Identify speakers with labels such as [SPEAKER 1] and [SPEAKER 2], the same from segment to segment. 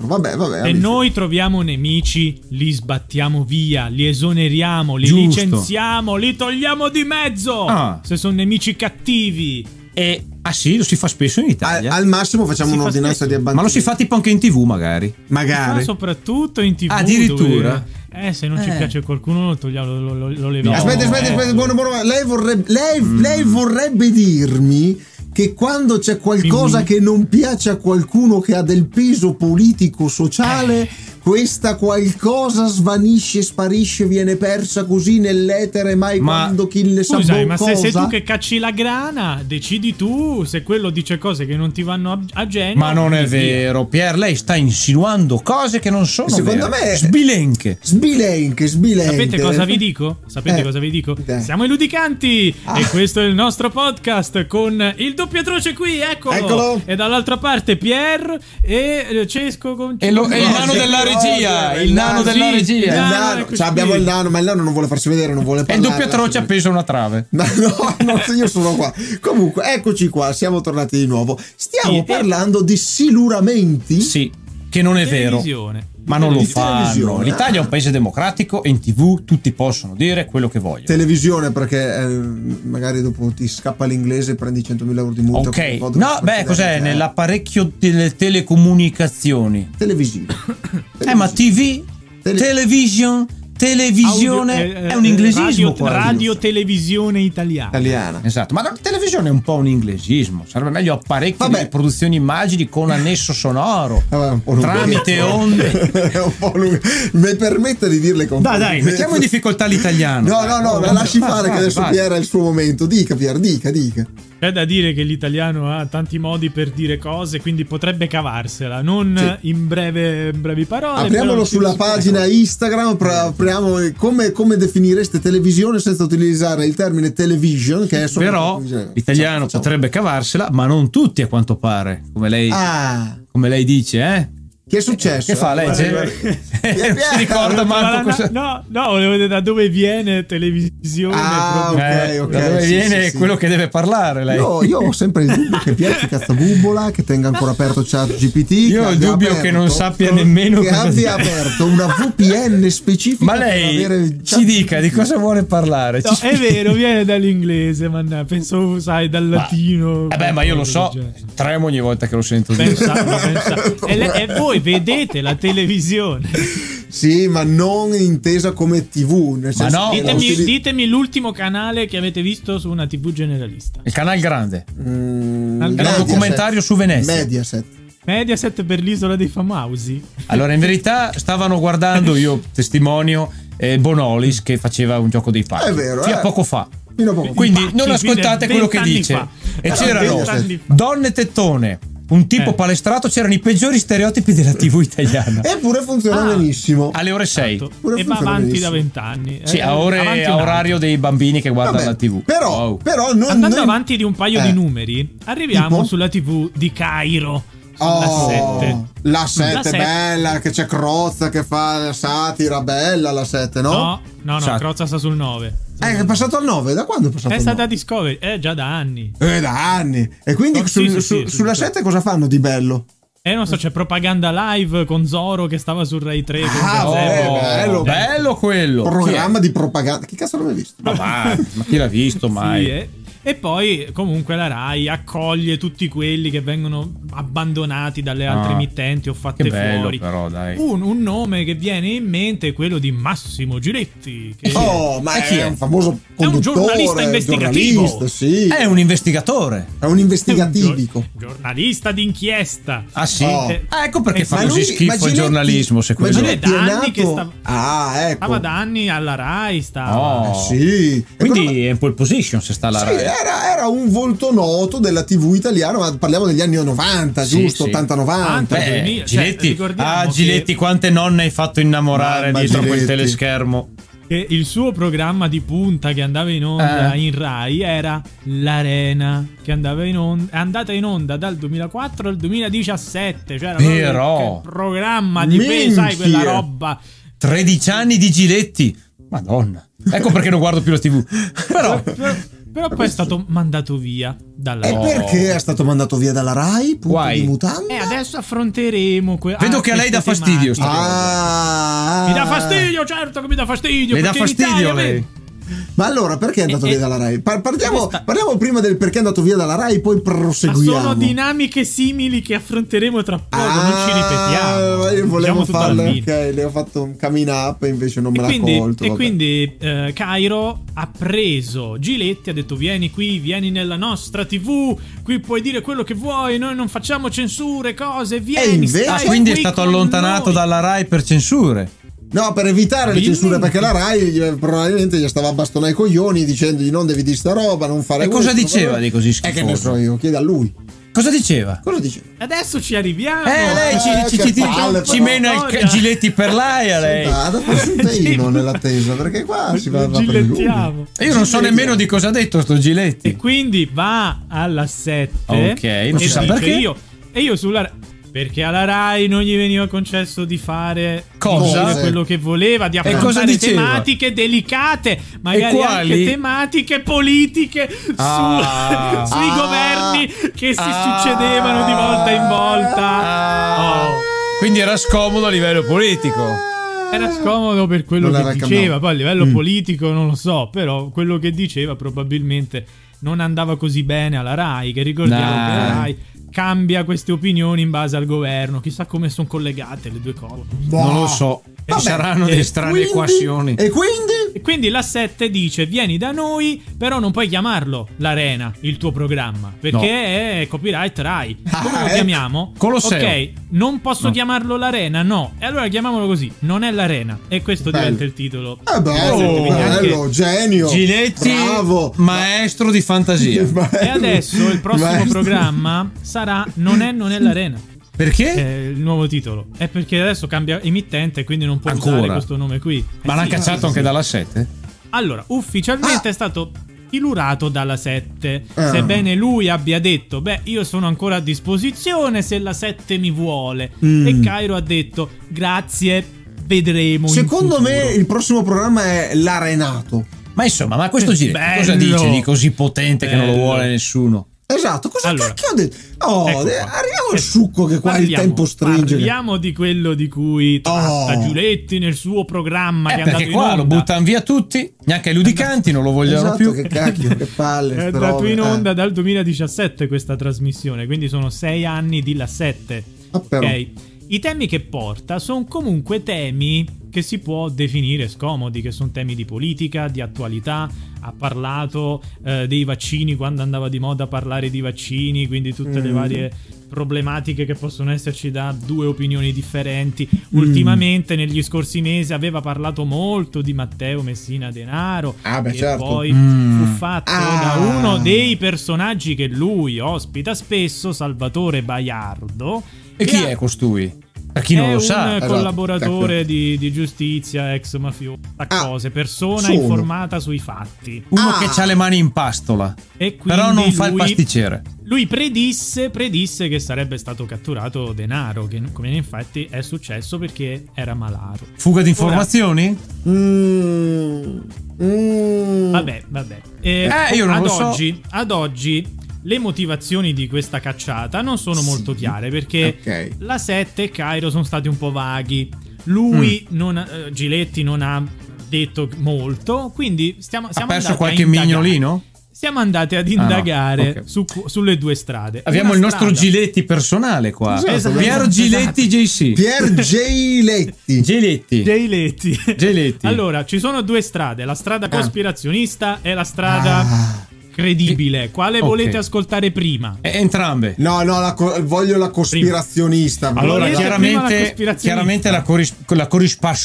[SPEAKER 1] Vabbè, vabbè.
[SPEAKER 2] Se
[SPEAKER 1] amici.
[SPEAKER 2] noi troviamo nemici, li sbattiamo via, li esoneriamo, li
[SPEAKER 3] Giusto.
[SPEAKER 2] licenziamo, li togliamo di mezzo.
[SPEAKER 3] Ah.
[SPEAKER 2] Se sono nemici cattivi.
[SPEAKER 3] E, ah sì, lo si fa spesso in
[SPEAKER 1] Al,
[SPEAKER 3] Italia.
[SPEAKER 1] al massimo facciamo
[SPEAKER 2] Si fa
[SPEAKER 1] un'ordinanza
[SPEAKER 2] spesso.
[SPEAKER 1] di abbandono.
[SPEAKER 3] Ma lo si fa tipo anche in tv magari.
[SPEAKER 2] Ma
[SPEAKER 1] Magari.
[SPEAKER 2] soprattutto in tv.
[SPEAKER 3] Addirittura?
[SPEAKER 2] dove- eh, se non ci
[SPEAKER 3] Eh.
[SPEAKER 2] piace qualcuno, lo togliamo, lo, lo- lo leviamo.
[SPEAKER 1] aspetta, aspetta,
[SPEAKER 2] Eh.
[SPEAKER 1] aspetta, buono, buono. Lei vorrebbe, lei,
[SPEAKER 2] Mm.
[SPEAKER 1] lei vorrebbe dirmi che quando c'è qualcosa
[SPEAKER 2] Dimmi.
[SPEAKER 1] che non piace a qualcuno che ha del peso politico-sociale,
[SPEAKER 2] Eh.
[SPEAKER 1] questa qualcosa svanisce, sparisce, viene persa così nell'etere, mai
[SPEAKER 3] Ma-
[SPEAKER 1] quando chi le sa
[SPEAKER 2] Scusa,
[SPEAKER 1] boh
[SPEAKER 2] ma se sei
[SPEAKER 1] cosa.
[SPEAKER 2] tu che cacci la grana, decidi tu se quello dice cose che non ti vanno a, a genio.
[SPEAKER 3] Ma non è
[SPEAKER 2] e via.
[SPEAKER 3] vero, Pier, lei sta insinuando cose che non sono
[SPEAKER 1] Secondo
[SPEAKER 3] vere.
[SPEAKER 1] me-
[SPEAKER 3] Sbilenche.
[SPEAKER 1] Sbilenche, sbilenche.
[SPEAKER 2] Sapete cosa vi dico? Sapete
[SPEAKER 1] Eh,
[SPEAKER 2] cosa vi dico?
[SPEAKER 1] dai.
[SPEAKER 2] Siamo i Ludicanti
[SPEAKER 1] Ah.
[SPEAKER 2] e questo è il nostro podcast con il doppio atroce qui, eccolo.
[SPEAKER 1] Eccolo.
[SPEAKER 2] E dall'altra parte Pier e eh, Cesco con
[SPEAKER 3] E lo- e il
[SPEAKER 1] No,
[SPEAKER 3] nano
[SPEAKER 1] sì,
[SPEAKER 3] della
[SPEAKER 1] no,
[SPEAKER 3] regia,
[SPEAKER 1] no,
[SPEAKER 3] il nano
[SPEAKER 1] sì,
[SPEAKER 3] della
[SPEAKER 2] sì.
[SPEAKER 1] Il
[SPEAKER 3] regia.
[SPEAKER 1] nano,
[SPEAKER 2] eccoci
[SPEAKER 1] cioè, abbiamo
[SPEAKER 2] qui.
[SPEAKER 1] il nano, ma il nano non vuole farsi vedere, non vuole
[SPEAKER 3] È
[SPEAKER 1] parlare. cioè,
[SPEAKER 3] il doppio atroce
[SPEAKER 1] lascia-
[SPEAKER 3] appeso a una trave.
[SPEAKER 1] Ma no, no, io sono qua. Comunque, eccoci qua, siamo tornati di nuovo. Stiamo
[SPEAKER 2] Sì, eh.
[SPEAKER 1] parlando di siluramenti.
[SPEAKER 3] Sì, che non è vero.
[SPEAKER 2] Televisione.
[SPEAKER 3] Ma non lo
[SPEAKER 2] Televisione.
[SPEAKER 3] fanno.
[SPEAKER 1] Televisione.
[SPEAKER 3] L'Italia è un paese democratico e in tv tutti possono dire quello che vogliono.
[SPEAKER 1] Televisione, perché eh, magari dopo ti scappa l'inglese e prendi 100.000 euro di multa.
[SPEAKER 3] Ok,
[SPEAKER 1] per il podcast
[SPEAKER 3] no, beh,
[SPEAKER 1] perché
[SPEAKER 3] cos'è?
[SPEAKER 1] eh,
[SPEAKER 3] Nell'apparecchio delle telecomunicazioni.
[SPEAKER 1] Televisivo.
[SPEAKER 3] Eh, ma TV,
[SPEAKER 1] Tele-
[SPEAKER 3] television, televisione
[SPEAKER 2] Audio- eh,
[SPEAKER 3] è un
[SPEAKER 2] eh,
[SPEAKER 3] inglesismo.
[SPEAKER 2] Radio,
[SPEAKER 3] quasi.
[SPEAKER 2] radio televisione italiana.
[SPEAKER 1] Italiana.
[SPEAKER 3] Esatto, ma la televisione è un po' un inglesismo. Sarebbe meglio apparecchi
[SPEAKER 1] Vabbè.
[SPEAKER 3] di riproduzione immagini con annesso sonoro.
[SPEAKER 1] Vabbè, Ah, un po' lungo.
[SPEAKER 3] Eh, Tramite onde.
[SPEAKER 1] È un po' lungo. Mi permette di dirle con
[SPEAKER 3] Dai, dai, mettiamo in difficoltà l'italiano.
[SPEAKER 1] No, no, no, la lasci
[SPEAKER 3] Vai,
[SPEAKER 1] fare che
[SPEAKER 3] vai,
[SPEAKER 1] adesso
[SPEAKER 3] vai.
[SPEAKER 1] Pier è il suo momento. Dica, Pier, dica, dica.
[SPEAKER 2] C'è da dire che l'italiano ha tanti modi per dire cose, quindi potrebbe cavarsela. Non
[SPEAKER 1] Sì.
[SPEAKER 2] in, breve, in brevi parole.
[SPEAKER 1] Apriamolo
[SPEAKER 2] però-
[SPEAKER 1] sulla pagina Instagram, pra- apriamo eh, come, come definireste televisione senza utilizzare il termine television, che è solo
[SPEAKER 3] Però l'italiano
[SPEAKER 1] Facciamo-
[SPEAKER 3] potrebbe cavarsela, ma non tutti a quanto pare, come lei,
[SPEAKER 1] Ah,
[SPEAKER 3] come lei dice, eh?
[SPEAKER 1] che è successo?
[SPEAKER 3] Che fa, legge?
[SPEAKER 1] Guarda, guarda.
[SPEAKER 3] Non si ricorda
[SPEAKER 2] Ma
[SPEAKER 3] manco cosa...
[SPEAKER 2] No, no, volevo vedere da dove viene televisione.
[SPEAKER 1] Ah,
[SPEAKER 2] proprio.
[SPEAKER 3] Eh,
[SPEAKER 1] ok,
[SPEAKER 3] da dove
[SPEAKER 1] sì,
[SPEAKER 3] viene
[SPEAKER 1] sì, sì.
[SPEAKER 3] quello che deve parlare lei.
[SPEAKER 1] Io, io ho sempre il dubbio che Pier ci cazzabubola, che tenga ancora aperto ChatGPT.
[SPEAKER 3] Io ho il dubbio che non sappia nemmeno
[SPEAKER 1] che
[SPEAKER 3] cosa
[SPEAKER 1] abbia
[SPEAKER 3] dire.
[SPEAKER 1] aperto una VPN specifica.
[SPEAKER 3] ma
[SPEAKER 1] per avere cioè
[SPEAKER 3] lei ci
[SPEAKER 1] chat-
[SPEAKER 3] dica di cosa vuole parlare.
[SPEAKER 2] No,
[SPEAKER 3] ci
[SPEAKER 2] è
[SPEAKER 3] spieghi.
[SPEAKER 2] vero, viene dall'inglese, mannà. Penso, sai, dal
[SPEAKER 3] Ma-
[SPEAKER 2] latino.
[SPEAKER 3] Vabbè, Eh ma io lo so,
[SPEAKER 2] qualcosa del genere.
[SPEAKER 3] tremo ogni volta che lo sento dire.
[SPEAKER 2] Pensavo, pensavo. E, le- e voi vedete la televisione.
[SPEAKER 1] Sì, ma non intesa come TV. Nel senso
[SPEAKER 3] no,
[SPEAKER 1] che la
[SPEAKER 2] Ditemi,
[SPEAKER 1] utilizz-
[SPEAKER 2] ditemi l'ultimo canale che avete visto su una TV generalista.
[SPEAKER 3] Il canal grande.
[SPEAKER 1] Mm,
[SPEAKER 2] È un
[SPEAKER 1] Mediaset.
[SPEAKER 3] documentario su Venezia.
[SPEAKER 1] Mediaset.
[SPEAKER 2] Mediaset per l'isola dei Famausi.
[SPEAKER 3] Allora, in verità stavano guardando, io testimonio, eh, Bonolis che faceva un gioco dei pacchi.
[SPEAKER 1] È vero,
[SPEAKER 3] Fino a
[SPEAKER 1] eh.
[SPEAKER 3] poco fa.
[SPEAKER 1] Fino a poco. fa.
[SPEAKER 3] Quindi
[SPEAKER 2] pacchi,
[SPEAKER 3] non ascoltate
[SPEAKER 2] quindi è
[SPEAKER 3] quello che
[SPEAKER 2] vent'anni
[SPEAKER 3] dice.
[SPEAKER 2] fa.
[SPEAKER 3] E
[SPEAKER 1] Ah,
[SPEAKER 3] c'erano
[SPEAKER 1] vent'anni
[SPEAKER 2] fa.
[SPEAKER 3] donne tettone, un tipo
[SPEAKER 2] Eh.
[SPEAKER 3] palestrato, c'erano i peggiori stereotipi della TV italiana.
[SPEAKER 1] Eppure funziona
[SPEAKER 2] Ah.
[SPEAKER 1] benissimo.
[SPEAKER 3] Alle ore 6.
[SPEAKER 2] Esatto.
[SPEAKER 1] Pure
[SPEAKER 2] E va
[SPEAKER 1] funziona
[SPEAKER 2] avanti
[SPEAKER 1] benissimo.
[SPEAKER 2] da vent'anni.
[SPEAKER 3] Sì,
[SPEAKER 2] Eh,
[SPEAKER 3] a, ore-
[SPEAKER 2] avanti
[SPEAKER 3] a
[SPEAKER 2] un anno.
[SPEAKER 3] orario dei bambini che guardano
[SPEAKER 1] Vabbè,
[SPEAKER 3] la TV.
[SPEAKER 1] Però,
[SPEAKER 3] Wow.
[SPEAKER 1] però non,
[SPEAKER 2] Andando
[SPEAKER 1] noi-
[SPEAKER 2] avanti di un paio
[SPEAKER 1] Eh.
[SPEAKER 2] di numeri, arriviamo
[SPEAKER 1] Tipo?
[SPEAKER 2] sulla TV di Cairo. Sulla
[SPEAKER 1] Oh,
[SPEAKER 2] 7.
[SPEAKER 1] la 7
[SPEAKER 2] La sette.
[SPEAKER 1] bella che c'è Crozza che fa la satira bella la 7 no?
[SPEAKER 2] No, no, no,
[SPEAKER 3] Sa-
[SPEAKER 2] Crozza sta sul 9.
[SPEAKER 1] Eh, è passato al 9 da quando è passato
[SPEAKER 2] È
[SPEAKER 1] al
[SPEAKER 2] stata
[SPEAKER 1] nove?
[SPEAKER 2] Discovery, eh, già da anni.
[SPEAKER 1] eh, da anni e quindi
[SPEAKER 2] Oh, sì,
[SPEAKER 1] sul-
[SPEAKER 2] sì,
[SPEAKER 1] su-
[SPEAKER 2] sì, sì,
[SPEAKER 1] sulla
[SPEAKER 2] sì.
[SPEAKER 1] 7 cosa fanno di bello?
[SPEAKER 2] Eh, non so, c'è propaganda live con Zoro che stava sul Rai 3. Con
[SPEAKER 1] Ah,
[SPEAKER 2] Gazebo. Eh,
[SPEAKER 1] oh, bello.
[SPEAKER 3] bello quello.
[SPEAKER 1] programma di propaganda che cazzo l'avevi visto?
[SPEAKER 3] Chi è? Ma va, ma chi l'ha visto mai?
[SPEAKER 2] Sì, eh. E poi comunque la Rai accoglie tutti quelli che vengono abbandonati dalle altre
[SPEAKER 3] Ah,
[SPEAKER 2] emittenti o fatte
[SPEAKER 3] che bello
[SPEAKER 2] fuori.
[SPEAKER 3] però, dai.
[SPEAKER 2] Un, un nome che viene in mente è quello di Massimo Giletti. Che
[SPEAKER 1] oh ma
[SPEAKER 3] E
[SPEAKER 1] è,
[SPEAKER 3] chi è?
[SPEAKER 1] un famoso
[SPEAKER 2] È un
[SPEAKER 1] conduttore
[SPEAKER 2] giornalista investigativo.
[SPEAKER 1] giornalista, sì.
[SPEAKER 3] È Eh, un investigatore.
[SPEAKER 1] è un
[SPEAKER 2] è un gior-
[SPEAKER 1] investigativo
[SPEAKER 2] giornalista d'inchiesta.
[SPEAKER 3] Ah sì?
[SPEAKER 1] Oh.
[SPEAKER 3] Ah, ecco perché
[SPEAKER 2] Eh,
[SPEAKER 3] fa
[SPEAKER 2] ma
[SPEAKER 3] così
[SPEAKER 1] lui- ma
[SPEAKER 3] schifo il
[SPEAKER 1] Giletti-
[SPEAKER 3] giornalismo, se
[SPEAKER 1] ma
[SPEAKER 3] quello.
[SPEAKER 2] Giletti-
[SPEAKER 1] Giletti è
[SPEAKER 2] Da anni che
[SPEAKER 1] nato-
[SPEAKER 2] stava-
[SPEAKER 1] ah ecco
[SPEAKER 2] Stava da anni alla Rai, stava.
[SPEAKER 3] Oh.
[SPEAKER 1] Eh, sì E però-
[SPEAKER 3] Quindi è in pole position se sta la
[SPEAKER 1] Sì, eh,
[SPEAKER 3] Rai.
[SPEAKER 1] era, era un volto noto della TV italiana, ma parliamo degli anni 90,
[SPEAKER 3] Sì,
[SPEAKER 1] giusto?
[SPEAKER 3] sì.
[SPEAKER 1] 80-90.
[SPEAKER 2] Beh,
[SPEAKER 3] Eh,
[SPEAKER 2] cioè,
[SPEAKER 3] Giletti,
[SPEAKER 2] ricordiamo
[SPEAKER 3] ah,
[SPEAKER 2] che-
[SPEAKER 3] Giletti, quante nonne hai fatto innamorare
[SPEAKER 1] Mamma
[SPEAKER 3] dietro quel
[SPEAKER 1] Giletti.
[SPEAKER 3] teleschermo?
[SPEAKER 2] E il suo programma di punta che andava in onda
[SPEAKER 3] Eh.
[SPEAKER 2] in Rai era L'Arena, che andava in onda, è andata in onda dal 2004 al 2017. Cioè era proprio
[SPEAKER 3] Però.
[SPEAKER 2] il programma di pe- sai,
[SPEAKER 1] Minchia.
[SPEAKER 2] quella roba.
[SPEAKER 3] 13 anni di Giletti, madonna. Ecco perché non guardo più la TV. Però,
[SPEAKER 2] Però poi è stato mandato via dalla
[SPEAKER 1] E
[SPEAKER 3] No.
[SPEAKER 1] perché è stato mandato via dalla Rai? Punto
[SPEAKER 3] Guai.
[SPEAKER 1] di mutanda?
[SPEAKER 2] E Eh, adesso affronteremo. que-
[SPEAKER 3] Vedo
[SPEAKER 2] ah,
[SPEAKER 3] che a lei dà
[SPEAKER 2] queste
[SPEAKER 3] fastidio
[SPEAKER 2] tematiche.
[SPEAKER 3] sta
[SPEAKER 1] Ah,
[SPEAKER 2] Mi dà fastidio, certo che mi dà fastidio.
[SPEAKER 3] Le dà
[SPEAKER 2] perché in
[SPEAKER 3] fastidio
[SPEAKER 2] Italia,
[SPEAKER 3] lei.
[SPEAKER 1] Ma allora perché è andato
[SPEAKER 2] Eh,
[SPEAKER 1] via
[SPEAKER 2] eh.
[SPEAKER 1] dalla Rai? Par- partiamo,
[SPEAKER 2] Questa-
[SPEAKER 1] parliamo prima del perché è andato via dalla Rai, poi
[SPEAKER 2] Ma
[SPEAKER 1] proseguiamo.
[SPEAKER 2] sono dinamiche simili che affronteremo tra poco, non ci ripetiamo.
[SPEAKER 1] Ah, io
[SPEAKER 2] Diciamo
[SPEAKER 1] volevo
[SPEAKER 2] tutto alla
[SPEAKER 1] farlo,
[SPEAKER 2] fine.
[SPEAKER 1] ok, ne ho fatto un coming up e invece non me
[SPEAKER 2] E
[SPEAKER 1] l'ha
[SPEAKER 2] quindi,
[SPEAKER 1] colto.
[SPEAKER 2] e
[SPEAKER 1] vabbè.
[SPEAKER 2] quindi, eh, Cairo ha preso Giletti, ha detto vieni qui, vieni nella nostra tv, qui puoi dire quello che vuoi, noi non facciamo censure, cose, vieni.
[SPEAKER 1] invece-
[SPEAKER 2] stai
[SPEAKER 3] Ah, quindi è
[SPEAKER 2] qui
[SPEAKER 3] stato
[SPEAKER 2] eh, con
[SPEAKER 3] allontanato
[SPEAKER 2] noi.
[SPEAKER 3] dalla Rai per censure.
[SPEAKER 1] No, per evitare le
[SPEAKER 2] Quindi-
[SPEAKER 1] censure, perché la Rai gli- probabilmente gli stava a bastonare i coglioni dicendogli non devi dire sta roba, non fare
[SPEAKER 3] E
[SPEAKER 1] questo,
[SPEAKER 3] cosa diceva
[SPEAKER 1] non fare-
[SPEAKER 3] di così
[SPEAKER 1] Eh, che ne so
[SPEAKER 3] schifoso?
[SPEAKER 1] io, chieda a lui.
[SPEAKER 3] Cosa diceva?
[SPEAKER 1] Cosa diceva?
[SPEAKER 2] Adesso ci arriviamo.
[SPEAKER 3] Eh, lei ci,
[SPEAKER 1] eh,
[SPEAKER 3] ci-
[SPEAKER 1] che
[SPEAKER 3] ci-
[SPEAKER 1] palle,
[SPEAKER 3] ci
[SPEAKER 1] però.
[SPEAKER 3] mena il ca- giletti per l'aia
[SPEAKER 2] Eh.
[SPEAKER 3] lei.
[SPEAKER 1] Vado a farsi Ah, un teino nell'attesa, perché qua si va, va per il lume.
[SPEAKER 2] Gillettiamo.
[SPEAKER 3] Io non so nemmeno di cosa ha detto sto
[SPEAKER 2] E
[SPEAKER 3] giletti.
[SPEAKER 2] quindi va alla 7.
[SPEAKER 3] Ok, non
[SPEAKER 2] e
[SPEAKER 3] si sa
[SPEAKER 2] dice
[SPEAKER 3] perché.
[SPEAKER 2] Io, e io sulla. Perché alla Rai non gli veniva concesso di fare di
[SPEAKER 3] Cosa?
[SPEAKER 2] dire quello che voleva, di
[SPEAKER 3] cosa
[SPEAKER 2] affrontare
[SPEAKER 3] diceva?
[SPEAKER 2] tematiche delicate, magari anche
[SPEAKER 3] quali?
[SPEAKER 2] tematiche politiche
[SPEAKER 3] Ah.
[SPEAKER 2] su- sui
[SPEAKER 1] Ah.
[SPEAKER 2] governi che si
[SPEAKER 3] Ah.
[SPEAKER 2] succedevano di volta in volta.
[SPEAKER 3] Ah.
[SPEAKER 2] Oh.
[SPEAKER 3] Quindi era scomodo a livello politico.
[SPEAKER 2] Era scomodo per quello
[SPEAKER 1] Non
[SPEAKER 2] che
[SPEAKER 1] era il
[SPEAKER 2] diceva,
[SPEAKER 1] cambiato. Mm.
[SPEAKER 2] poi a livello politico non lo so, però quello che diceva probabilmente non andava così bene alla RAI, che ricordiamo
[SPEAKER 3] Nah.
[SPEAKER 2] che la RAI cambia queste opinioni in base al governo, chissà come sono collegate le due cose.
[SPEAKER 1] Boh.
[SPEAKER 3] Non lo so.
[SPEAKER 1] Vabbè,
[SPEAKER 3] Ci saranno
[SPEAKER 2] e
[SPEAKER 3] delle strane
[SPEAKER 1] Quindi-
[SPEAKER 3] equazioni.
[SPEAKER 1] E quindi?
[SPEAKER 2] E quindi la 7 dice vieni da noi, però non puoi chiamarlo l'Arena, il tuo programma, perché
[SPEAKER 3] No.
[SPEAKER 2] è copyright RAI. Come
[SPEAKER 1] Ah,
[SPEAKER 2] lo
[SPEAKER 1] eh.
[SPEAKER 2] chiamiamo?
[SPEAKER 3] Colosseo.
[SPEAKER 2] Ok, non posso
[SPEAKER 3] No.
[SPEAKER 2] chiamarlo l'Arena, no. E allora chiamiamolo così, non è l'Arena. E questo
[SPEAKER 1] Bello.
[SPEAKER 2] diventa il titolo.
[SPEAKER 1] Eh bello,
[SPEAKER 3] Oh,
[SPEAKER 1] bello,
[SPEAKER 2] anche-
[SPEAKER 1] genio.
[SPEAKER 3] Giletti,
[SPEAKER 1] bravo.
[SPEAKER 3] maestro di fantasia.
[SPEAKER 2] E adesso il prossimo
[SPEAKER 1] Maestro.
[SPEAKER 2] programma sarà Non è non è l'arena. È
[SPEAKER 3] Perché?
[SPEAKER 2] il nuovo titolo. È perché adesso cambia emittente, quindi non può usare
[SPEAKER 3] Ancora?
[SPEAKER 2] questo nome qui. Eh
[SPEAKER 3] Ma l'hanno
[SPEAKER 2] sì.
[SPEAKER 3] cacciato anche dalla 7?
[SPEAKER 2] Allora, ufficialmente
[SPEAKER 1] Ah!
[SPEAKER 2] è stato ilurato dalla 7.
[SPEAKER 1] Ah.
[SPEAKER 2] Sebbene lui abbia detto, beh, io sono ancora a disposizione se la 7 mi vuole.
[SPEAKER 1] Mm.
[SPEAKER 2] E Cairo ha detto, grazie, vedremo. in
[SPEAKER 1] Secondo me
[SPEAKER 2] futuro."
[SPEAKER 1] il prossimo programma è l'Arenato.
[SPEAKER 3] Ma insomma, ma questo giletti cosa
[SPEAKER 2] Bello.
[SPEAKER 3] dice di così potente che non lo
[SPEAKER 2] Bello.
[SPEAKER 3] vuole nessuno?
[SPEAKER 1] Esatto, cosa
[SPEAKER 2] Allora.
[SPEAKER 1] cacchio ho detto? Oh,
[SPEAKER 2] Ecco
[SPEAKER 1] eh,
[SPEAKER 2] qua.
[SPEAKER 1] arriviamo al
[SPEAKER 2] Eh,
[SPEAKER 1] succo che qua il
[SPEAKER 2] parliamo-
[SPEAKER 1] tempo stringe.
[SPEAKER 2] Parliamo di quello di cui tratta
[SPEAKER 1] Oh.
[SPEAKER 2] Giuletti nel suo programma che è
[SPEAKER 3] Eh,
[SPEAKER 2] andato
[SPEAKER 3] perché
[SPEAKER 2] in
[SPEAKER 3] qua lo
[SPEAKER 2] onda.
[SPEAKER 3] buttano via tutti, neanche i ludicanti non lo vogliono
[SPEAKER 1] Esatto,
[SPEAKER 3] più.
[SPEAKER 1] che cacchio, che palle.
[SPEAKER 2] È
[SPEAKER 1] ste
[SPEAKER 2] andato
[SPEAKER 1] robe,
[SPEAKER 2] in
[SPEAKER 1] eh.
[SPEAKER 2] onda dal 2017 questa trasmissione, quindi sono sei anni di la 7.
[SPEAKER 1] Ah, però.
[SPEAKER 2] Ok. I temi che porta sono comunque temi che si può definire scomodi, che sono temi di politica, di attualità. Ha parlato eh, dei vaccini quando andava di moda parlare di vaccini, quindi tutte le
[SPEAKER 1] Mm.
[SPEAKER 2] varie problematiche che possono esserci da due opinioni differenti.
[SPEAKER 1] Mm.
[SPEAKER 2] Ultimamente, negli scorsi mesi, aveva parlato molto di Matteo Messina Denaro,
[SPEAKER 1] Ah, beh,
[SPEAKER 2] che
[SPEAKER 1] certo.
[SPEAKER 2] poi
[SPEAKER 3] Mm.
[SPEAKER 2] fu fatto
[SPEAKER 1] Ah.
[SPEAKER 2] da uno dei personaggi che lui ospita spesso, Salvatore Baiardo.
[SPEAKER 3] E
[SPEAKER 2] che
[SPEAKER 3] chi
[SPEAKER 2] ha-
[SPEAKER 3] è costui? Per chi non
[SPEAKER 2] è
[SPEAKER 3] lo
[SPEAKER 2] un
[SPEAKER 3] sa,
[SPEAKER 1] esatto,
[SPEAKER 2] collaboratore
[SPEAKER 1] ecco.
[SPEAKER 2] di, di giustizia, ex mafiosa,
[SPEAKER 1] Ah,
[SPEAKER 2] cose, persona
[SPEAKER 1] solo.
[SPEAKER 2] informata sui fatti.
[SPEAKER 3] uno
[SPEAKER 1] Ah.
[SPEAKER 3] che ha le mani in pastola,
[SPEAKER 2] E quindi
[SPEAKER 3] però non fa il
[SPEAKER 2] lui-
[SPEAKER 3] pasticcere.
[SPEAKER 2] Lui predisse, predisse che sarebbe stato catturato denaro, che come infatti è successo perché era malato.
[SPEAKER 3] Fuga di informazioni?
[SPEAKER 1] Mm, mm.
[SPEAKER 2] Vabbè, vabbè. Eh,
[SPEAKER 3] Eh, io non
[SPEAKER 2] ad,
[SPEAKER 3] lo so.
[SPEAKER 2] oggi, ad oggi le motivazioni di questa cacciata non sono
[SPEAKER 1] Sì.
[SPEAKER 2] molto chiare perché
[SPEAKER 1] Ok.
[SPEAKER 2] la 7 e Cairo sono stati un po' vaghi. Lui,
[SPEAKER 3] Mm.
[SPEAKER 2] non ha- eh, Giletti, non ha detto molto, quindi stiamo,
[SPEAKER 3] Ha
[SPEAKER 2] siamo
[SPEAKER 3] perso
[SPEAKER 2] andati a
[SPEAKER 3] qualche
[SPEAKER 2] indagare.
[SPEAKER 3] mignolino?
[SPEAKER 2] Siamo andati ad
[SPEAKER 3] no,
[SPEAKER 2] indagare
[SPEAKER 3] ok.
[SPEAKER 2] su cu- sulle due strade.
[SPEAKER 3] Abbiamo
[SPEAKER 2] Una
[SPEAKER 3] il nostro
[SPEAKER 2] strada-
[SPEAKER 3] Giletti personale qua.
[SPEAKER 1] Esatto.
[SPEAKER 3] Piero
[SPEAKER 2] Esatto.
[SPEAKER 3] Giletti JC.
[SPEAKER 1] Pier Giletti.
[SPEAKER 3] Giletti.
[SPEAKER 2] Giletti.
[SPEAKER 3] Giletti. Ah.
[SPEAKER 2] allora, ci sono due strade, la strada cospirazionista e la strada
[SPEAKER 1] Ah.
[SPEAKER 2] credibile. Quale
[SPEAKER 3] Ok.
[SPEAKER 2] volete ascoltare prima?
[SPEAKER 3] Eh, Entrambe.
[SPEAKER 1] No, no, la co- voglio la cospirazionista.
[SPEAKER 3] Allora,
[SPEAKER 2] Volete
[SPEAKER 1] voglio la-
[SPEAKER 2] prima la
[SPEAKER 3] chiaramente,
[SPEAKER 2] cospirazionista?
[SPEAKER 3] chiaramente la, coris- la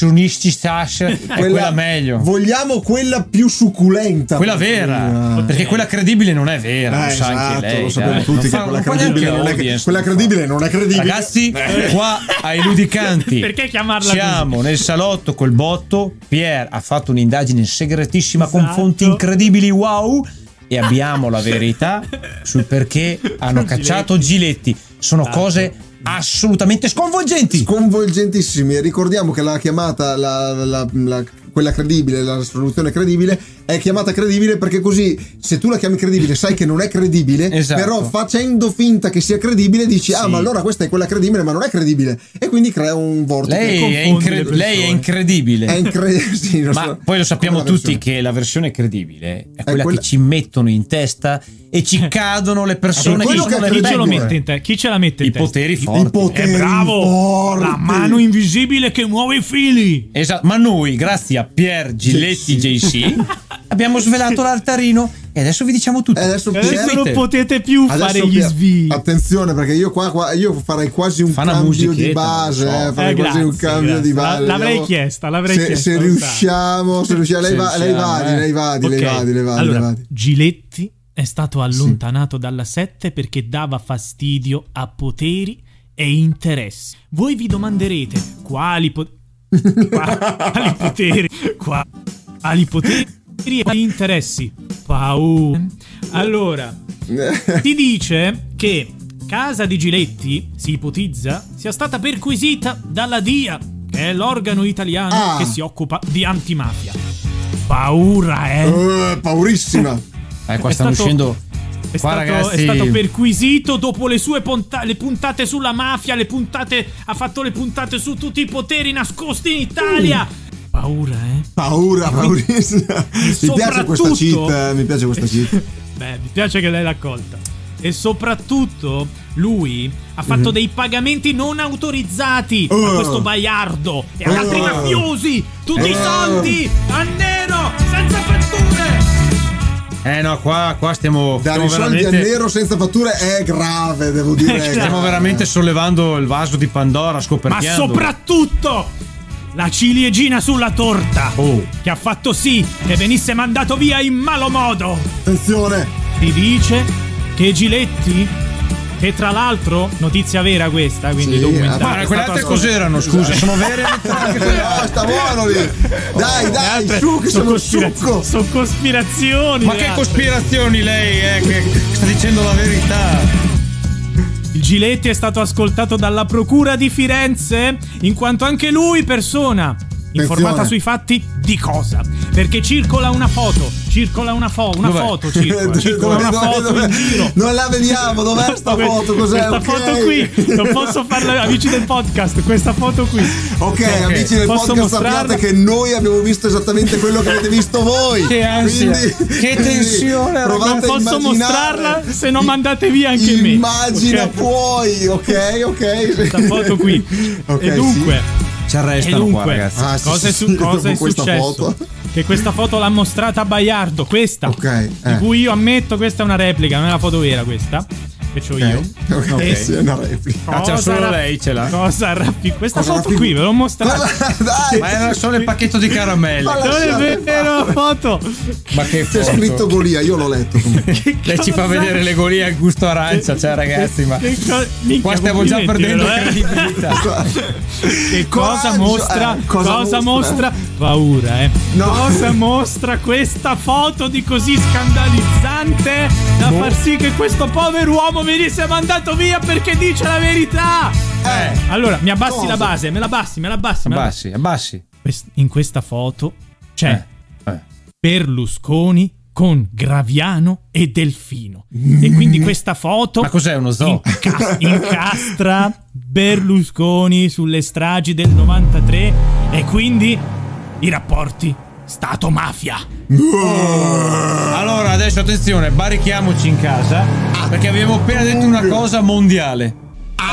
[SPEAKER 3] corrispassionista è quella meglio.
[SPEAKER 1] Vogliamo quella più succulenta.
[SPEAKER 3] Quella
[SPEAKER 1] per
[SPEAKER 3] vera,
[SPEAKER 1] prima.
[SPEAKER 3] perché quella credibile non è vera,
[SPEAKER 1] Ah, Eh,
[SPEAKER 3] lo sa anche lei.
[SPEAKER 1] lo
[SPEAKER 3] dai.
[SPEAKER 1] sappiamo
[SPEAKER 3] Non
[SPEAKER 1] tutti
[SPEAKER 3] fa-
[SPEAKER 1] che quella
[SPEAKER 3] non fa
[SPEAKER 1] credibile,
[SPEAKER 3] neanche
[SPEAKER 1] non è,
[SPEAKER 3] audience,
[SPEAKER 1] quella
[SPEAKER 3] non fa.
[SPEAKER 1] credibile non è credibile. Eh.
[SPEAKER 3] Ragazzi, qua ai ludicanti.
[SPEAKER 2] Perché chiamarla
[SPEAKER 3] Siamo nel salotto col botto. Pier ha fatto un'indagine segretissima con
[SPEAKER 2] Esatto.
[SPEAKER 3] fonti incredibili. Wow! E abbiamo la verità sul perché hanno
[SPEAKER 2] Giletti. Esatto.
[SPEAKER 3] cacciato Giletti. Sono cose assolutamente sconvolgenti.
[SPEAKER 1] Sconvolgentissimi. Ricordiamo che la chiamata, la, la- la quella credibile, la soluzione credibile, è chiamata credibile perché così se tu la chiami credibile sai che non è credibile,
[SPEAKER 3] Esatto.
[SPEAKER 1] però facendo finta che sia credibile dici ah
[SPEAKER 3] Sì.
[SPEAKER 1] ma allora questa è quella credibile ma non è credibile e quindi crea un vortice.
[SPEAKER 3] Lei è,
[SPEAKER 2] confondi le
[SPEAKER 3] incre-
[SPEAKER 2] persone.
[SPEAKER 3] lei è incredibile.
[SPEAKER 1] È incredibile. sì, lo so.
[SPEAKER 3] Ma poi lo sappiamo
[SPEAKER 1] Come la
[SPEAKER 3] tutti
[SPEAKER 1] versione.
[SPEAKER 3] che la versione credibile è quella,
[SPEAKER 1] quella-
[SPEAKER 3] che ci mettono in testa e ci cadono le
[SPEAKER 2] Cioè,
[SPEAKER 3] persone
[SPEAKER 1] è
[SPEAKER 3] che
[SPEAKER 1] quello
[SPEAKER 3] sono
[SPEAKER 1] che
[SPEAKER 3] le
[SPEAKER 2] chi ce lo
[SPEAKER 1] regole.
[SPEAKER 2] mette
[SPEAKER 3] pecore.
[SPEAKER 2] in te? Chi ce la mette in
[SPEAKER 3] I
[SPEAKER 2] testa?
[SPEAKER 3] poteri
[SPEAKER 1] I
[SPEAKER 3] forti.
[SPEAKER 2] È
[SPEAKER 1] poteri
[SPEAKER 2] bravo!
[SPEAKER 1] forti.
[SPEAKER 2] La mano invisibile che muove i fili!
[SPEAKER 3] Esatto, ma noi, grazie a Pier Giletti JC, abbiamo svelato l'altarino e adesso vi diciamo tutto.
[SPEAKER 1] E adesso
[SPEAKER 2] Adesso
[SPEAKER 1] Pier-
[SPEAKER 2] Eh, non potete più
[SPEAKER 1] Adesso
[SPEAKER 2] fare gli
[SPEAKER 1] Pier-
[SPEAKER 2] svii.
[SPEAKER 1] Attenzione perché io qua, qua- io farei quasi un
[SPEAKER 3] Fa una
[SPEAKER 1] cambio
[SPEAKER 3] musichetta,
[SPEAKER 1] di base,
[SPEAKER 3] non so.
[SPEAKER 1] eh, farei
[SPEAKER 2] Eh,
[SPEAKER 1] quasi un
[SPEAKER 2] grazie,
[SPEAKER 1] cambio
[SPEAKER 2] grazie.
[SPEAKER 1] di
[SPEAKER 2] La-
[SPEAKER 1] base.
[SPEAKER 2] l'avrei
[SPEAKER 1] vediamo
[SPEAKER 2] chiesta, l'avrei
[SPEAKER 1] se,
[SPEAKER 2] chiesta,
[SPEAKER 1] Se
[SPEAKER 2] lo
[SPEAKER 1] riusciamo, se riusciamo, lei
[SPEAKER 3] Se
[SPEAKER 1] va, lei
[SPEAKER 3] riusciamo,
[SPEAKER 1] va,
[SPEAKER 3] eh.
[SPEAKER 1] lei va,
[SPEAKER 2] Ok,
[SPEAKER 1] lei va, lei va,
[SPEAKER 2] allora,
[SPEAKER 1] lei va.
[SPEAKER 2] Giletti è stato allontanato dalla sette perché dava fastidio a poteri e interessi. Voi vi domanderete quali, po- qua- quali poteri, qua- quali poteri e quali interessi. Paura. Allora, si dice che casa di Giletti, si ipotizza, sia stata perquisita dalla DIA, che è l'organo italiano
[SPEAKER 1] Ah.
[SPEAKER 2] che si occupa di antimafia. Paura,
[SPEAKER 3] Mm.
[SPEAKER 2] eh?
[SPEAKER 1] Eh, paurissima.
[SPEAKER 3] Eh, qua
[SPEAKER 2] È
[SPEAKER 3] stanno
[SPEAKER 2] stato-
[SPEAKER 3] uscendo.
[SPEAKER 2] È,
[SPEAKER 3] qua,
[SPEAKER 2] stato,
[SPEAKER 3] ragazzi,
[SPEAKER 2] è stato perquisito dopo le sue ponta- le puntate sulla mafia, le puntate. Ha fatto le puntate su tutti i poteri nascosti in Italia.
[SPEAKER 3] Mm.
[SPEAKER 2] Paura, eh?
[SPEAKER 1] Paura, paurissima. Mi piace questa
[SPEAKER 2] soprattutto-
[SPEAKER 1] cheat, eh, mi piace questa cheat.
[SPEAKER 2] Beh, mi piace che l'hai raccolta. E soprattutto lui ha fatto dei pagamenti non autorizzati a
[SPEAKER 1] Mhm. Oh.
[SPEAKER 2] questo baiardo e ad
[SPEAKER 1] Oh.
[SPEAKER 2] altri mafiosi. Tutti i
[SPEAKER 1] Oh.
[SPEAKER 2] soldi a nero, senza fatture.
[SPEAKER 3] Eh no, qua, qua
[SPEAKER 1] Dare
[SPEAKER 3] stiamo. stiamo
[SPEAKER 1] i soldi a
[SPEAKER 3] veramente.
[SPEAKER 1] nero senza fatture è grave, devo dire.
[SPEAKER 2] Eh,
[SPEAKER 1] è
[SPEAKER 3] Stiamo
[SPEAKER 1] grave.
[SPEAKER 3] veramente sollevando il vaso di Pandora,
[SPEAKER 2] Ma
[SPEAKER 3] scoperchiando.
[SPEAKER 2] soprattutto la ciliegina sulla torta.
[SPEAKER 3] Oh.
[SPEAKER 2] che ha fatto sì che venisse mandato via in malo modo.
[SPEAKER 1] Attenzione.
[SPEAKER 2] Si dice che Giletti, che tra l'altro, notizia vera questa,
[SPEAKER 1] Sì,
[SPEAKER 2] quindi
[SPEAKER 1] ah,
[SPEAKER 2] documentata.
[SPEAKER 1] ma
[SPEAKER 3] Ma Eh, quelle altre
[SPEAKER 1] stato-
[SPEAKER 3] cos'erano? Scusa, sono vere?
[SPEAKER 1] No, sta buono lì. Dai, dai, su che
[SPEAKER 2] sono,
[SPEAKER 1] sono
[SPEAKER 2] cospiraz-
[SPEAKER 1] succo.
[SPEAKER 2] sono cospirazioni.
[SPEAKER 3] Ma
[SPEAKER 2] le
[SPEAKER 3] che
[SPEAKER 2] altre.
[SPEAKER 3] cospirazioni lei, eh, che sta dicendo la verità.
[SPEAKER 2] Il Giletti è stato ascoltato dalla Procura di Firenze, in quanto anche lui persona. Informata
[SPEAKER 1] Attenzione.
[SPEAKER 2] sui fatti di cosa? Perché circola una foto, circola una, fo- una
[SPEAKER 3] Dov'è?
[SPEAKER 2] foto, circola,
[SPEAKER 1] Dove-
[SPEAKER 2] circola eh, una
[SPEAKER 1] dove-
[SPEAKER 2] foto
[SPEAKER 1] dove-
[SPEAKER 2] in giro.
[SPEAKER 1] Non la vediamo, dov'è sta
[SPEAKER 2] Que-
[SPEAKER 1] foto? Cos'è?
[SPEAKER 2] Questa
[SPEAKER 1] Ok.
[SPEAKER 2] foto qui, non posso farla, amici del podcast, questa foto qui.
[SPEAKER 1] Ok, amici del
[SPEAKER 2] posso
[SPEAKER 1] podcast
[SPEAKER 2] mostrarla?
[SPEAKER 1] sappiate che noi abbiamo visto esattamente quello che avete visto voi.
[SPEAKER 3] Che ansia,
[SPEAKER 1] Quindi-
[SPEAKER 3] che tensione,
[SPEAKER 1] quindi
[SPEAKER 3] raga.
[SPEAKER 1] provate
[SPEAKER 2] Non
[SPEAKER 1] a
[SPEAKER 2] posso
[SPEAKER 1] immaginare-
[SPEAKER 2] mostrarla se non mandate via anche me.
[SPEAKER 1] Immagina
[SPEAKER 2] Ok?
[SPEAKER 1] puoi, ok, ok.
[SPEAKER 2] Questa foto qui.
[SPEAKER 1] Ok,
[SPEAKER 2] e dunque,
[SPEAKER 3] Ci
[SPEAKER 2] e
[SPEAKER 3] arrestano
[SPEAKER 2] dunque
[SPEAKER 3] qua, ragazzi.
[SPEAKER 1] Ah, sì,
[SPEAKER 2] cosa è,
[SPEAKER 1] sì,
[SPEAKER 2] su-
[SPEAKER 1] sì,
[SPEAKER 2] cosa è
[SPEAKER 1] dopo questa
[SPEAKER 2] successo?
[SPEAKER 1] foto.
[SPEAKER 2] Che questa foto l'ha mostrata a Baiardo, questa.
[SPEAKER 1] Ok, eh.
[SPEAKER 2] Di cui io ammetto questa è una replica, non è una foto vera questa. Che c'ho io.
[SPEAKER 1] sì. Ok,
[SPEAKER 2] Eh.
[SPEAKER 3] Ok.
[SPEAKER 1] sì, è una replica.
[SPEAKER 3] Ah, c'ha
[SPEAKER 2] Cosa
[SPEAKER 3] solo
[SPEAKER 2] ra-
[SPEAKER 3] lei ce l'ha.
[SPEAKER 2] Cosa raffi- Questa
[SPEAKER 1] Cosa
[SPEAKER 2] foto
[SPEAKER 1] raffi-
[SPEAKER 2] qui ve l'ho mostrata.
[SPEAKER 1] Dai,
[SPEAKER 3] Ma era solo il pacchetto di caramelle.
[SPEAKER 1] Alla-
[SPEAKER 2] Non è
[SPEAKER 1] lasciate
[SPEAKER 2] vero foto.
[SPEAKER 3] Ma che
[SPEAKER 1] c'è
[SPEAKER 3] foto.
[SPEAKER 1] scritto Golia, io l'ho letto. comunque.
[SPEAKER 2] Che
[SPEAKER 3] Lei ci fa
[SPEAKER 2] cosa-
[SPEAKER 3] vedere le golie al gusto arancia, cioè ragazzi, ma
[SPEAKER 2] Che co- minchia,
[SPEAKER 3] qua stiamo già
[SPEAKER 2] complimenti,
[SPEAKER 3] perdendo
[SPEAKER 2] vero, eh?
[SPEAKER 3] credibilità.
[SPEAKER 2] Che cosa
[SPEAKER 1] Coraggio,
[SPEAKER 2] mostra?
[SPEAKER 1] eh,
[SPEAKER 2] cosa
[SPEAKER 1] cosa
[SPEAKER 2] mostra?
[SPEAKER 1] mostra?
[SPEAKER 2] Paura, eh.
[SPEAKER 1] No.
[SPEAKER 2] Cosa mostra questa foto di così scandalizzante da
[SPEAKER 1] Boh.
[SPEAKER 2] far sì che questo povero uomo venisse mandato via perché dice la verità?
[SPEAKER 1] Eh,
[SPEAKER 2] Allora, mi abbassi
[SPEAKER 1] Cosa?
[SPEAKER 2] la base, me la abbassi, me la abbassi. me la abbassi.
[SPEAKER 3] Abbassi, abbassi.
[SPEAKER 2] Quest- In questa foto c'è
[SPEAKER 3] Eh, eh.
[SPEAKER 2] Berlusconi con Graviano e Delfino. E quindi questa foto
[SPEAKER 3] Ma cos'è uno zoo?
[SPEAKER 2] inca- incastra Berlusconi sulle stragi del 93 e quindi i rapporti Stato-mafia.
[SPEAKER 3] Allora, adesso attenzione, barichiamoci in casa
[SPEAKER 1] Ah.
[SPEAKER 3] perché abbiamo appena detto una cosa mondiale.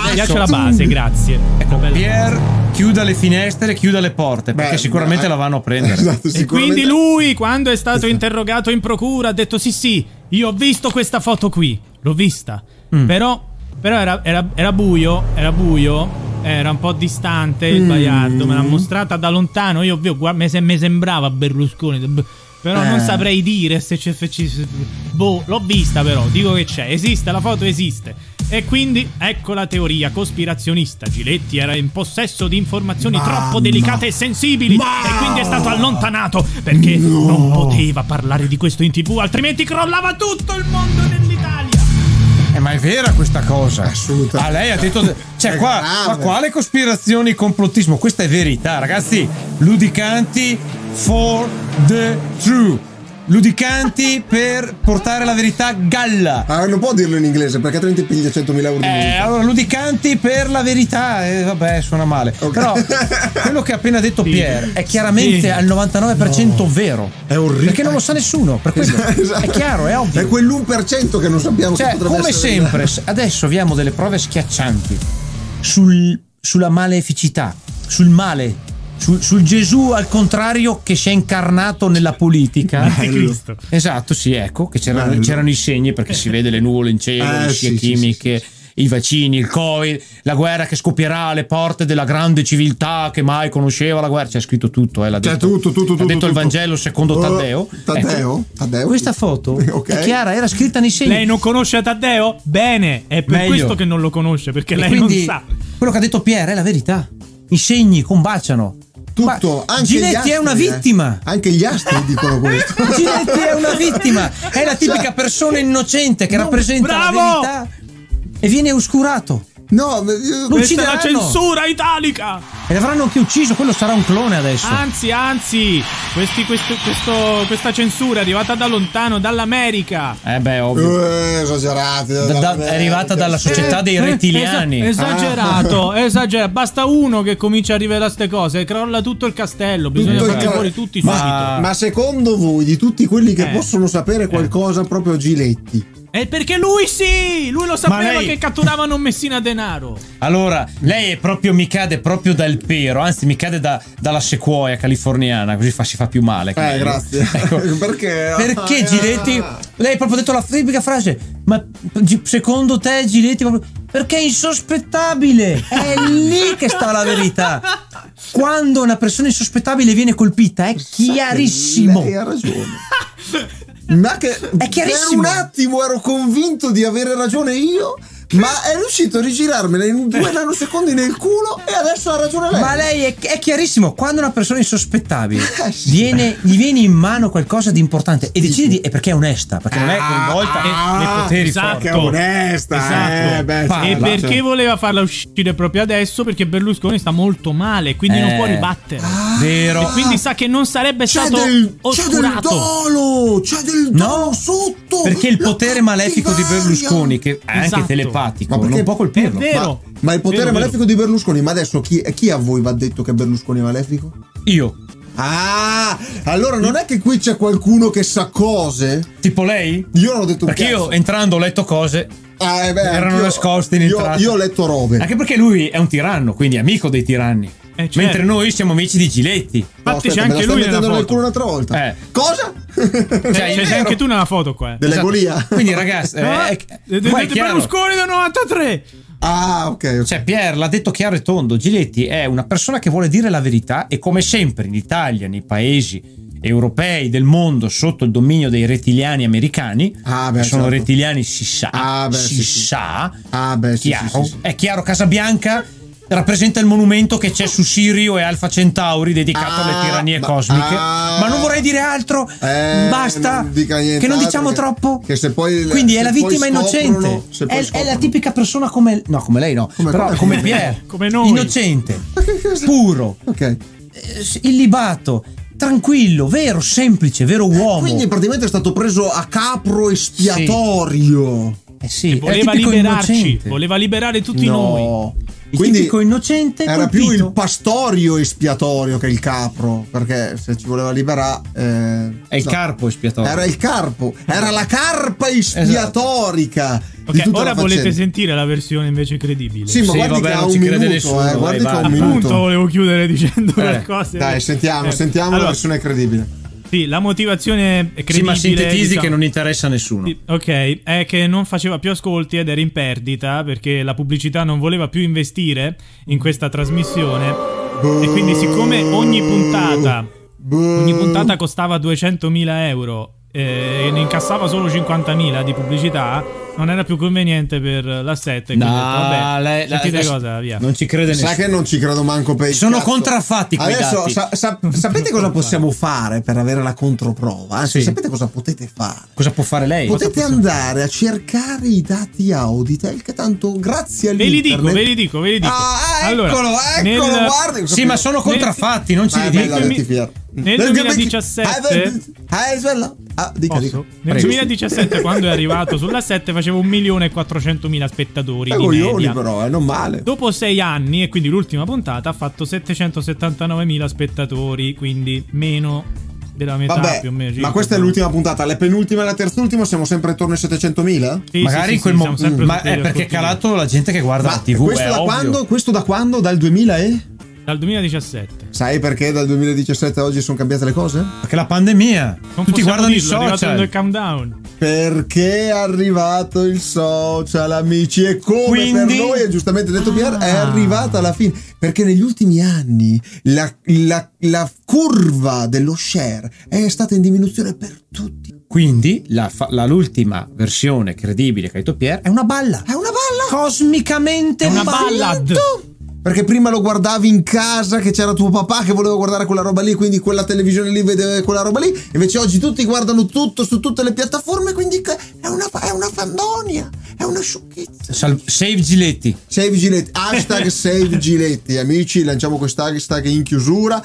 [SPEAKER 2] Mi piace la base, grazie. Una bella-
[SPEAKER 3] Ecco, Pier chiuda le finestre, chiuda le porte perché
[SPEAKER 1] Beh,
[SPEAKER 3] sicuramente
[SPEAKER 1] eh,
[SPEAKER 3] la vanno a prendere.
[SPEAKER 1] Esatto,
[SPEAKER 2] E
[SPEAKER 1] sicuramente.
[SPEAKER 2] quindi lui, quando è stato interrogato in procura, ha detto sì sì, io ho visto questa foto qui, l'ho vista,
[SPEAKER 1] Mm.
[SPEAKER 2] però, però era, era- era buio, era buio, era un po' distante il
[SPEAKER 1] Mm.
[SPEAKER 2] Baiardo, me l'ha mostrata da lontano, io vi ho guard- mi se- mi sembrava Berlusconi, b- però non
[SPEAKER 1] Eh.
[SPEAKER 2] saprei dire se c'è... se ci- se- boh, l'ho vista però, dico che c'è, esiste, la foto esiste. E quindi ecco la teoria cospirazionista. Giletti era in possesso di informazioni troppo
[SPEAKER 1] Mamma.
[SPEAKER 2] delicate e sensibili e quindi è stato allontanato perché non poteva parlare di questo in tv, altrimenti crollava tutto il mondo dell'Italia.
[SPEAKER 3] Eh, ma è vera questa cosa.
[SPEAKER 1] Assolutamente.
[SPEAKER 3] A lei ha detto. Cioè,
[SPEAKER 1] È
[SPEAKER 3] qua,
[SPEAKER 1] grave.
[SPEAKER 3] ma quale cospirazioni, complottismo? Questa è verità, ragazzi. Ludicanti for the true. Ludicanti per portare la verità galla.
[SPEAKER 1] Ah, non può dirlo in inglese perché altrimenti piglia 100.000 euro di
[SPEAKER 3] Eh,
[SPEAKER 1] multa.
[SPEAKER 3] allora, ludicanti per la verità, eh, vabbè, suona male.
[SPEAKER 1] Ok.
[SPEAKER 3] Però quello che ha appena detto
[SPEAKER 2] Sì.
[SPEAKER 3] Pier è chiaramente
[SPEAKER 2] Sì.
[SPEAKER 3] al 99% vero.
[SPEAKER 1] È orribile.
[SPEAKER 3] Perché non lo sa nessuno, per quello.
[SPEAKER 1] Esatto, esatto.
[SPEAKER 3] È chiaro, è ovvio.
[SPEAKER 1] È quell'1% che non sappiamo che
[SPEAKER 3] Cioè,
[SPEAKER 1] potrebbe
[SPEAKER 3] come
[SPEAKER 1] essere
[SPEAKER 3] sempre, se- adesso abbiamo delle prove schiaccianti sul- sulla maleficità, sul male, sul, sul Gesù al contrario che si è incarnato nella politica.
[SPEAKER 2] Anticristo.
[SPEAKER 3] Esatto, sì, ecco, che c'erano,
[SPEAKER 1] Bello.
[SPEAKER 3] c'erano i segni perché si vede le nuvole in cielo,
[SPEAKER 1] Eh,
[SPEAKER 3] le scie
[SPEAKER 1] sì, sì,
[SPEAKER 3] chimiche, i vaccini, il Covid, la guerra che scoppierà alle porte della grande civiltà che mai conosceva la guerra. C'è scritto tutto, eh, l'ha
[SPEAKER 1] C'è
[SPEAKER 3] detto,
[SPEAKER 1] tutto, tutto, tutto.
[SPEAKER 3] l'ha detto
[SPEAKER 1] tutto.
[SPEAKER 3] il Vangelo secondo
[SPEAKER 1] Oh,
[SPEAKER 3] Taddeo. Ecco,
[SPEAKER 1] Taddeo? Taddeo?
[SPEAKER 3] questa
[SPEAKER 1] sì.
[SPEAKER 3] foto
[SPEAKER 1] Ok.
[SPEAKER 3] è chiara, era scritta nei segni.
[SPEAKER 2] Lei non conosce Taddeo? Bene, è per
[SPEAKER 3] Meglio.
[SPEAKER 2] questo che non lo conosce, perché
[SPEAKER 3] E
[SPEAKER 2] lei non
[SPEAKER 3] quindi
[SPEAKER 2] sa.
[SPEAKER 3] quello che ha detto Pierre è la verità. I segni combaciano.
[SPEAKER 1] Tutto,
[SPEAKER 3] Ma
[SPEAKER 1] anche gli
[SPEAKER 3] Giletti
[SPEAKER 1] astri,
[SPEAKER 3] è una
[SPEAKER 1] eh.
[SPEAKER 3] vittima.
[SPEAKER 1] Anche gli astri dicono questo.
[SPEAKER 3] Giletti è una vittima. È
[SPEAKER 1] Cioè,
[SPEAKER 3] la tipica persona innocente che rappresenta
[SPEAKER 2] bravo!
[SPEAKER 3] la verità e viene oscurato.
[SPEAKER 1] No, ma-
[SPEAKER 3] Lui-
[SPEAKER 2] Questa è la
[SPEAKER 3] uccideranno.
[SPEAKER 2] censura italica!
[SPEAKER 3] E l'avranno anche ucciso. Quello sarà un clone adesso.
[SPEAKER 2] Anzi, anzi, questi- questo- questo- questa censura è arrivata da lontano, dall'America.
[SPEAKER 3] Eh beh, ovvio.
[SPEAKER 1] Eh, esagerati.
[SPEAKER 3] Da- da- è arrivata dalla società dei
[SPEAKER 2] Eh,
[SPEAKER 3] rettiliani. Ah.
[SPEAKER 2] esa- esagerato, esagerato. Basta uno che comincia a rivelare queste cose e crolla tutto il castello. Bisogna
[SPEAKER 1] Tutto il
[SPEAKER 2] farli
[SPEAKER 1] ca-
[SPEAKER 2] fuori tutti
[SPEAKER 1] Ma-
[SPEAKER 2] subito.
[SPEAKER 1] Ma secondo voi, di tutti quelli che
[SPEAKER 2] Eh.
[SPEAKER 1] possono sapere qualcosa, proprio Giletti?
[SPEAKER 2] E perché lui sì! Lui lo sapeva
[SPEAKER 3] lei-
[SPEAKER 2] che catturavano un Messina denaro.
[SPEAKER 3] Allora, lei è proprio, mi cade proprio dal pero, anzi mi cade da- dalla sequoia californiana, così fa- si fa più male.
[SPEAKER 1] Eh, grazie.
[SPEAKER 3] Ecco.
[SPEAKER 1] Perché?
[SPEAKER 3] Perché
[SPEAKER 1] Ah,
[SPEAKER 3] Giletti?
[SPEAKER 1] ah.
[SPEAKER 3] Lei ha proprio detto la tipica frase, ma Gi- secondo te Giletti proprio... Perché è insospettabile, è lì che sta la verità. Quando una persona insospettabile viene colpita è chiarissimo.
[SPEAKER 1] Lei ha ragione. Ma che
[SPEAKER 3] È chiarissimo.
[SPEAKER 1] Per un attimo ero convinto di avere ragione io, ma è riuscito a rigirarmela in due nanosecondi nel culo e adesso ha ragione lei.
[SPEAKER 3] Ma lei è, è chiarissimo, quando una persona insospettabile
[SPEAKER 1] Eh, sì.
[SPEAKER 3] viene, gli viene in mano qualcosa di importante e decide di... è perché è onesta, perché non è
[SPEAKER 1] Ah,
[SPEAKER 3] coinvolta nei- nei
[SPEAKER 1] ah,
[SPEAKER 3] poteri
[SPEAKER 2] esatto.
[SPEAKER 3] forti.
[SPEAKER 1] Che è onesta,
[SPEAKER 2] Esatto.
[SPEAKER 1] eh, beh,
[SPEAKER 3] Pa-
[SPEAKER 1] sì,
[SPEAKER 2] e
[SPEAKER 3] Allora,
[SPEAKER 2] perché
[SPEAKER 1] cioè-
[SPEAKER 2] voleva farla uscire proprio adesso? Perché Berlusconi sta molto male, quindi non
[SPEAKER 3] Eh.
[SPEAKER 2] può ribattere.
[SPEAKER 1] Ah,
[SPEAKER 3] Vero.
[SPEAKER 2] E quindi sa che non sarebbe
[SPEAKER 1] C'è
[SPEAKER 2] stato
[SPEAKER 1] del, c'è del
[SPEAKER 2] oscurato.
[SPEAKER 1] dolo, c'è del
[SPEAKER 3] No,
[SPEAKER 1] dolo sotto.
[SPEAKER 3] Perché il
[SPEAKER 1] la
[SPEAKER 3] potere malefico di
[SPEAKER 1] cattiveria.
[SPEAKER 3] Berlusconi, che è
[SPEAKER 2] Esatto.
[SPEAKER 3] anche telepatico,
[SPEAKER 1] Ma perché-
[SPEAKER 3] non può colpirlo.
[SPEAKER 2] È vero.
[SPEAKER 1] Ma, ma il potere
[SPEAKER 2] Vero, vero.
[SPEAKER 1] malefico di Berlusconi, ma adesso chi, chi a voi va detto che Berlusconi è malefico?
[SPEAKER 3] Io,
[SPEAKER 1] Ah, allora non è che qui c'è qualcuno che sa cose?
[SPEAKER 3] tipo lei?
[SPEAKER 1] Io non ho detto un
[SPEAKER 3] Perché
[SPEAKER 1] cazzo.
[SPEAKER 3] io entrando ho letto cose,
[SPEAKER 1] Ah, eh beh,
[SPEAKER 3] erano
[SPEAKER 1] anch'io-
[SPEAKER 3] nascoste in
[SPEAKER 1] io,
[SPEAKER 3] entrata.
[SPEAKER 1] io ho letto robe.
[SPEAKER 3] anche perché lui è un tiranno, quindi è amico dei tiranni.
[SPEAKER 2] Eh, certo.
[SPEAKER 3] Mentre noi siamo amici di Giletti.
[SPEAKER 1] No,
[SPEAKER 2] Infatti,
[SPEAKER 1] aspetta,
[SPEAKER 2] c'è
[SPEAKER 1] me la
[SPEAKER 2] anche
[SPEAKER 1] stai
[SPEAKER 2] lui nella
[SPEAKER 1] mettendo nel
[SPEAKER 2] foto.
[SPEAKER 1] culo un'altra volta.
[SPEAKER 3] Eh.
[SPEAKER 1] Cosa?
[SPEAKER 3] Cioè,
[SPEAKER 2] C'è
[SPEAKER 3] È
[SPEAKER 2] anche tu nella foto qua. eh.
[SPEAKER 1] Dell'egolia.
[SPEAKER 3] Esatto. Quindi ragazzi, eh,
[SPEAKER 2] Ah,
[SPEAKER 3] è-
[SPEAKER 2] vedete
[SPEAKER 3] qua è chiaro.
[SPEAKER 2] Berlusconi del 93.
[SPEAKER 1] Ah, ok. ok.
[SPEAKER 3] Cioè, Pier l'ha detto chiaro e tondo: Giletti è una persona che vuole dire la verità e, come sempre in Italia, nei paesi europei del mondo sotto il dominio dei rettiliani americani,
[SPEAKER 1] Ah, beh,
[SPEAKER 3] che sono
[SPEAKER 1] certo.
[SPEAKER 3] rettiliani, si sa,
[SPEAKER 1] Ah, beh,
[SPEAKER 3] si
[SPEAKER 1] sì, sì.
[SPEAKER 3] sa,
[SPEAKER 1] Ah, beh, sì,
[SPEAKER 3] chiaro,
[SPEAKER 1] sì, sì, sì.
[SPEAKER 3] è chiaro, Casabianca rappresenta il monumento che c'è su Sirio e Alfa Centauri dedicato
[SPEAKER 1] Ah,
[SPEAKER 3] alle tirannie
[SPEAKER 1] ma-
[SPEAKER 3] cosmiche.
[SPEAKER 1] ah.
[SPEAKER 3] ma non vorrei dire altro,
[SPEAKER 1] Eh,
[SPEAKER 3] basta,
[SPEAKER 1] non dica niente
[SPEAKER 3] che non
[SPEAKER 1] altro,
[SPEAKER 3] diciamo
[SPEAKER 1] che-
[SPEAKER 3] troppo.
[SPEAKER 1] che se poi-
[SPEAKER 3] Quindi è
[SPEAKER 1] se
[SPEAKER 3] la
[SPEAKER 1] poi
[SPEAKER 3] vittima
[SPEAKER 1] scoprono-
[SPEAKER 3] innocente,
[SPEAKER 1] se poi
[SPEAKER 3] è, è la
[SPEAKER 1] scoprono.
[SPEAKER 3] tipica persona come... No, come lei no,
[SPEAKER 1] Come-
[SPEAKER 3] però
[SPEAKER 1] come-
[SPEAKER 3] come, Pierre,
[SPEAKER 2] come noi.
[SPEAKER 3] innocente, puro,
[SPEAKER 1] Ok.
[SPEAKER 3] eh, illibato, tranquillo, vero, semplice, vero uomo.
[SPEAKER 1] Eh, Quindi praticamente è stato preso a capro espiatorio.
[SPEAKER 3] Eh sì, era
[SPEAKER 2] Voleva
[SPEAKER 3] tipico
[SPEAKER 2] liberarci,
[SPEAKER 3] innocente.
[SPEAKER 2] voleva liberare tutti noi.
[SPEAKER 3] no. Il
[SPEAKER 1] Quindi
[SPEAKER 3] tipico innocente
[SPEAKER 1] Era
[SPEAKER 3] colpito.
[SPEAKER 1] più il pastorio espiatorio che il capro, perché se ci voleva liberare... eh,
[SPEAKER 3] È il
[SPEAKER 1] no.
[SPEAKER 3] carpo espiatorio.
[SPEAKER 1] Era il carpo, era la carpa espiatorica. di
[SPEAKER 2] Esatto. Ok,
[SPEAKER 1] tutta
[SPEAKER 2] ora
[SPEAKER 1] la
[SPEAKER 2] volete
[SPEAKER 1] faccenda.
[SPEAKER 2] sentire la versione invece credibile.
[SPEAKER 1] Sì, ma
[SPEAKER 3] Sì,
[SPEAKER 1] guardi
[SPEAKER 3] vabbè,
[SPEAKER 1] che ha
[SPEAKER 3] non
[SPEAKER 1] un
[SPEAKER 3] ci crede
[SPEAKER 1] minuto,
[SPEAKER 3] nessuno,
[SPEAKER 1] eh, guardi
[SPEAKER 3] vai,
[SPEAKER 1] che ha un
[SPEAKER 3] vai.
[SPEAKER 2] Appunto,
[SPEAKER 1] minuto.
[SPEAKER 2] volevo chiudere dicendo
[SPEAKER 3] Eh,
[SPEAKER 2] qualcosa.
[SPEAKER 1] Dai, sentiamo,
[SPEAKER 2] Eh,
[SPEAKER 1] sentiamo la
[SPEAKER 2] allora,
[SPEAKER 1] versione credibile.
[SPEAKER 2] Sì, la motivazione è credibile.
[SPEAKER 3] Sì, ma sintetizzi
[SPEAKER 2] diciamo.
[SPEAKER 3] che non interessa a nessuno.
[SPEAKER 2] Sì, Ok, è che non faceva più ascolti ed era in perdita perché la pubblicità non voleva più investire in questa trasmissione. E quindi, siccome ogni puntata, ogni puntata costava 200.000 euro eh, e ne incassava solo 50.000 di pubblicità, non era più conveniente per la 7. quindi
[SPEAKER 3] No,
[SPEAKER 2] ho detto, vabbè,
[SPEAKER 3] lei- la-
[SPEAKER 2] sentite
[SPEAKER 3] la-
[SPEAKER 2] cosa, via.
[SPEAKER 3] Non ci crede
[SPEAKER 1] Sa
[SPEAKER 3] nessuno.
[SPEAKER 1] che non ci credo manco per il
[SPEAKER 3] Sono
[SPEAKER 1] cazzo.
[SPEAKER 3] contraffatti quei
[SPEAKER 1] Adesso
[SPEAKER 3] dati.
[SPEAKER 1] sa- sa- sapete cosa possiamo fare per avere la controprova? Anzi,
[SPEAKER 3] Sì.
[SPEAKER 1] sapete cosa potete fare?
[SPEAKER 3] Cosa può fare lei?
[SPEAKER 1] Potete andare a cercare i dati Auditel che tanto grazie al
[SPEAKER 2] Ve li dico, ve li dico, ve li dico.
[SPEAKER 1] Ah, ah,
[SPEAKER 2] Allora,
[SPEAKER 1] eccolo, eccolo,
[SPEAKER 2] nel-
[SPEAKER 1] guarda.
[SPEAKER 3] Sì, ma sono contraffatti, non ci
[SPEAKER 1] Ah,
[SPEAKER 3] ridica.
[SPEAKER 1] bella,
[SPEAKER 2] nel-
[SPEAKER 1] Betty Fier.
[SPEAKER 2] nel
[SPEAKER 1] Perché-
[SPEAKER 2] 2017
[SPEAKER 1] Ah, è bella. Ah, dica,
[SPEAKER 2] Posso?
[SPEAKER 1] dica.
[SPEAKER 2] Nel
[SPEAKER 1] Prego.
[SPEAKER 2] 2017, quando è arrivato sulla 7, faceva 1.400.000 spettatori.
[SPEAKER 1] Eh,
[SPEAKER 2] Di
[SPEAKER 1] coglioni
[SPEAKER 2] media.
[SPEAKER 1] però, eh, non male.
[SPEAKER 2] Dopo sei anni, e quindi l'ultima puntata, ha fatto 779.000 spettatori, quindi meno della metà
[SPEAKER 1] Vabbè,
[SPEAKER 2] più o meno.
[SPEAKER 1] ma questa è l'ultima puntata, le penultime e la terz'ultima siamo sempre attorno ai 700.000?
[SPEAKER 2] Sì, sì,
[SPEAKER 3] Magari
[SPEAKER 2] sì,
[SPEAKER 3] in quel
[SPEAKER 2] sì, siamo
[SPEAKER 3] momento.
[SPEAKER 2] sempre
[SPEAKER 3] Ma
[SPEAKER 2] tutti-
[SPEAKER 3] è perché è
[SPEAKER 2] tutti-
[SPEAKER 3] calato la gente che guarda la TV.
[SPEAKER 1] questo,
[SPEAKER 3] è
[SPEAKER 1] da
[SPEAKER 3] ovvio.
[SPEAKER 1] quando, questo da quando? Dal 2000 e?
[SPEAKER 2] Dal 2017.
[SPEAKER 1] Sai perché dal 2017 a oggi sono cambiate le cose?
[SPEAKER 3] Perché la pandemia.
[SPEAKER 2] Non
[SPEAKER 3] Tutti
[SPEAKER 2] possiamo
[SPEAKER 3] guardano i
[SPEAKER 2] dirlo, è arrivato il
[SPEAKER 3] social.
[SPEAKER 2] countdown.
[SPEAKER 1] Perché è arrivato il social, amici, e come per
[SPEAKER 3] Quindi?
[SPEAKER 1] noi, e giustamente detto Pier, è
[SPEAKER 2] Ah.
[SPEAKER 1] arrivata alla fine. Perché negli ultimi anni la, la- la curva dello share è stata in diminuzione per tutti.
[SPEAKER 3] Quindi la fa- la- l'ultima versione credibile che ha detto Pier è una balla.
[SPEAKER 1] È una balla!
[SPEAKER 3] Cosmicamente
[SPEAKER 2] È una
[SPEAKER 3] balla.
[SPEAKER 2] ballad.
[SPEAKER 1] Perché prima lo guardavi in casa che c'era tuo papà che voleva guardare quella roba lì, quindi quella televisione lì vedeva quella roba lì. Invece oggi tutti guardano tutto su tutte le piattaforme, quindi è una, è una fandonia, è una sciocchezza.
[SPEAKER 3] Sal- save Giletti.
[SPEAKER 1] Save Giletti, hashtag Save Giletti, amici, lanciamo quest'hashtag in chiusura.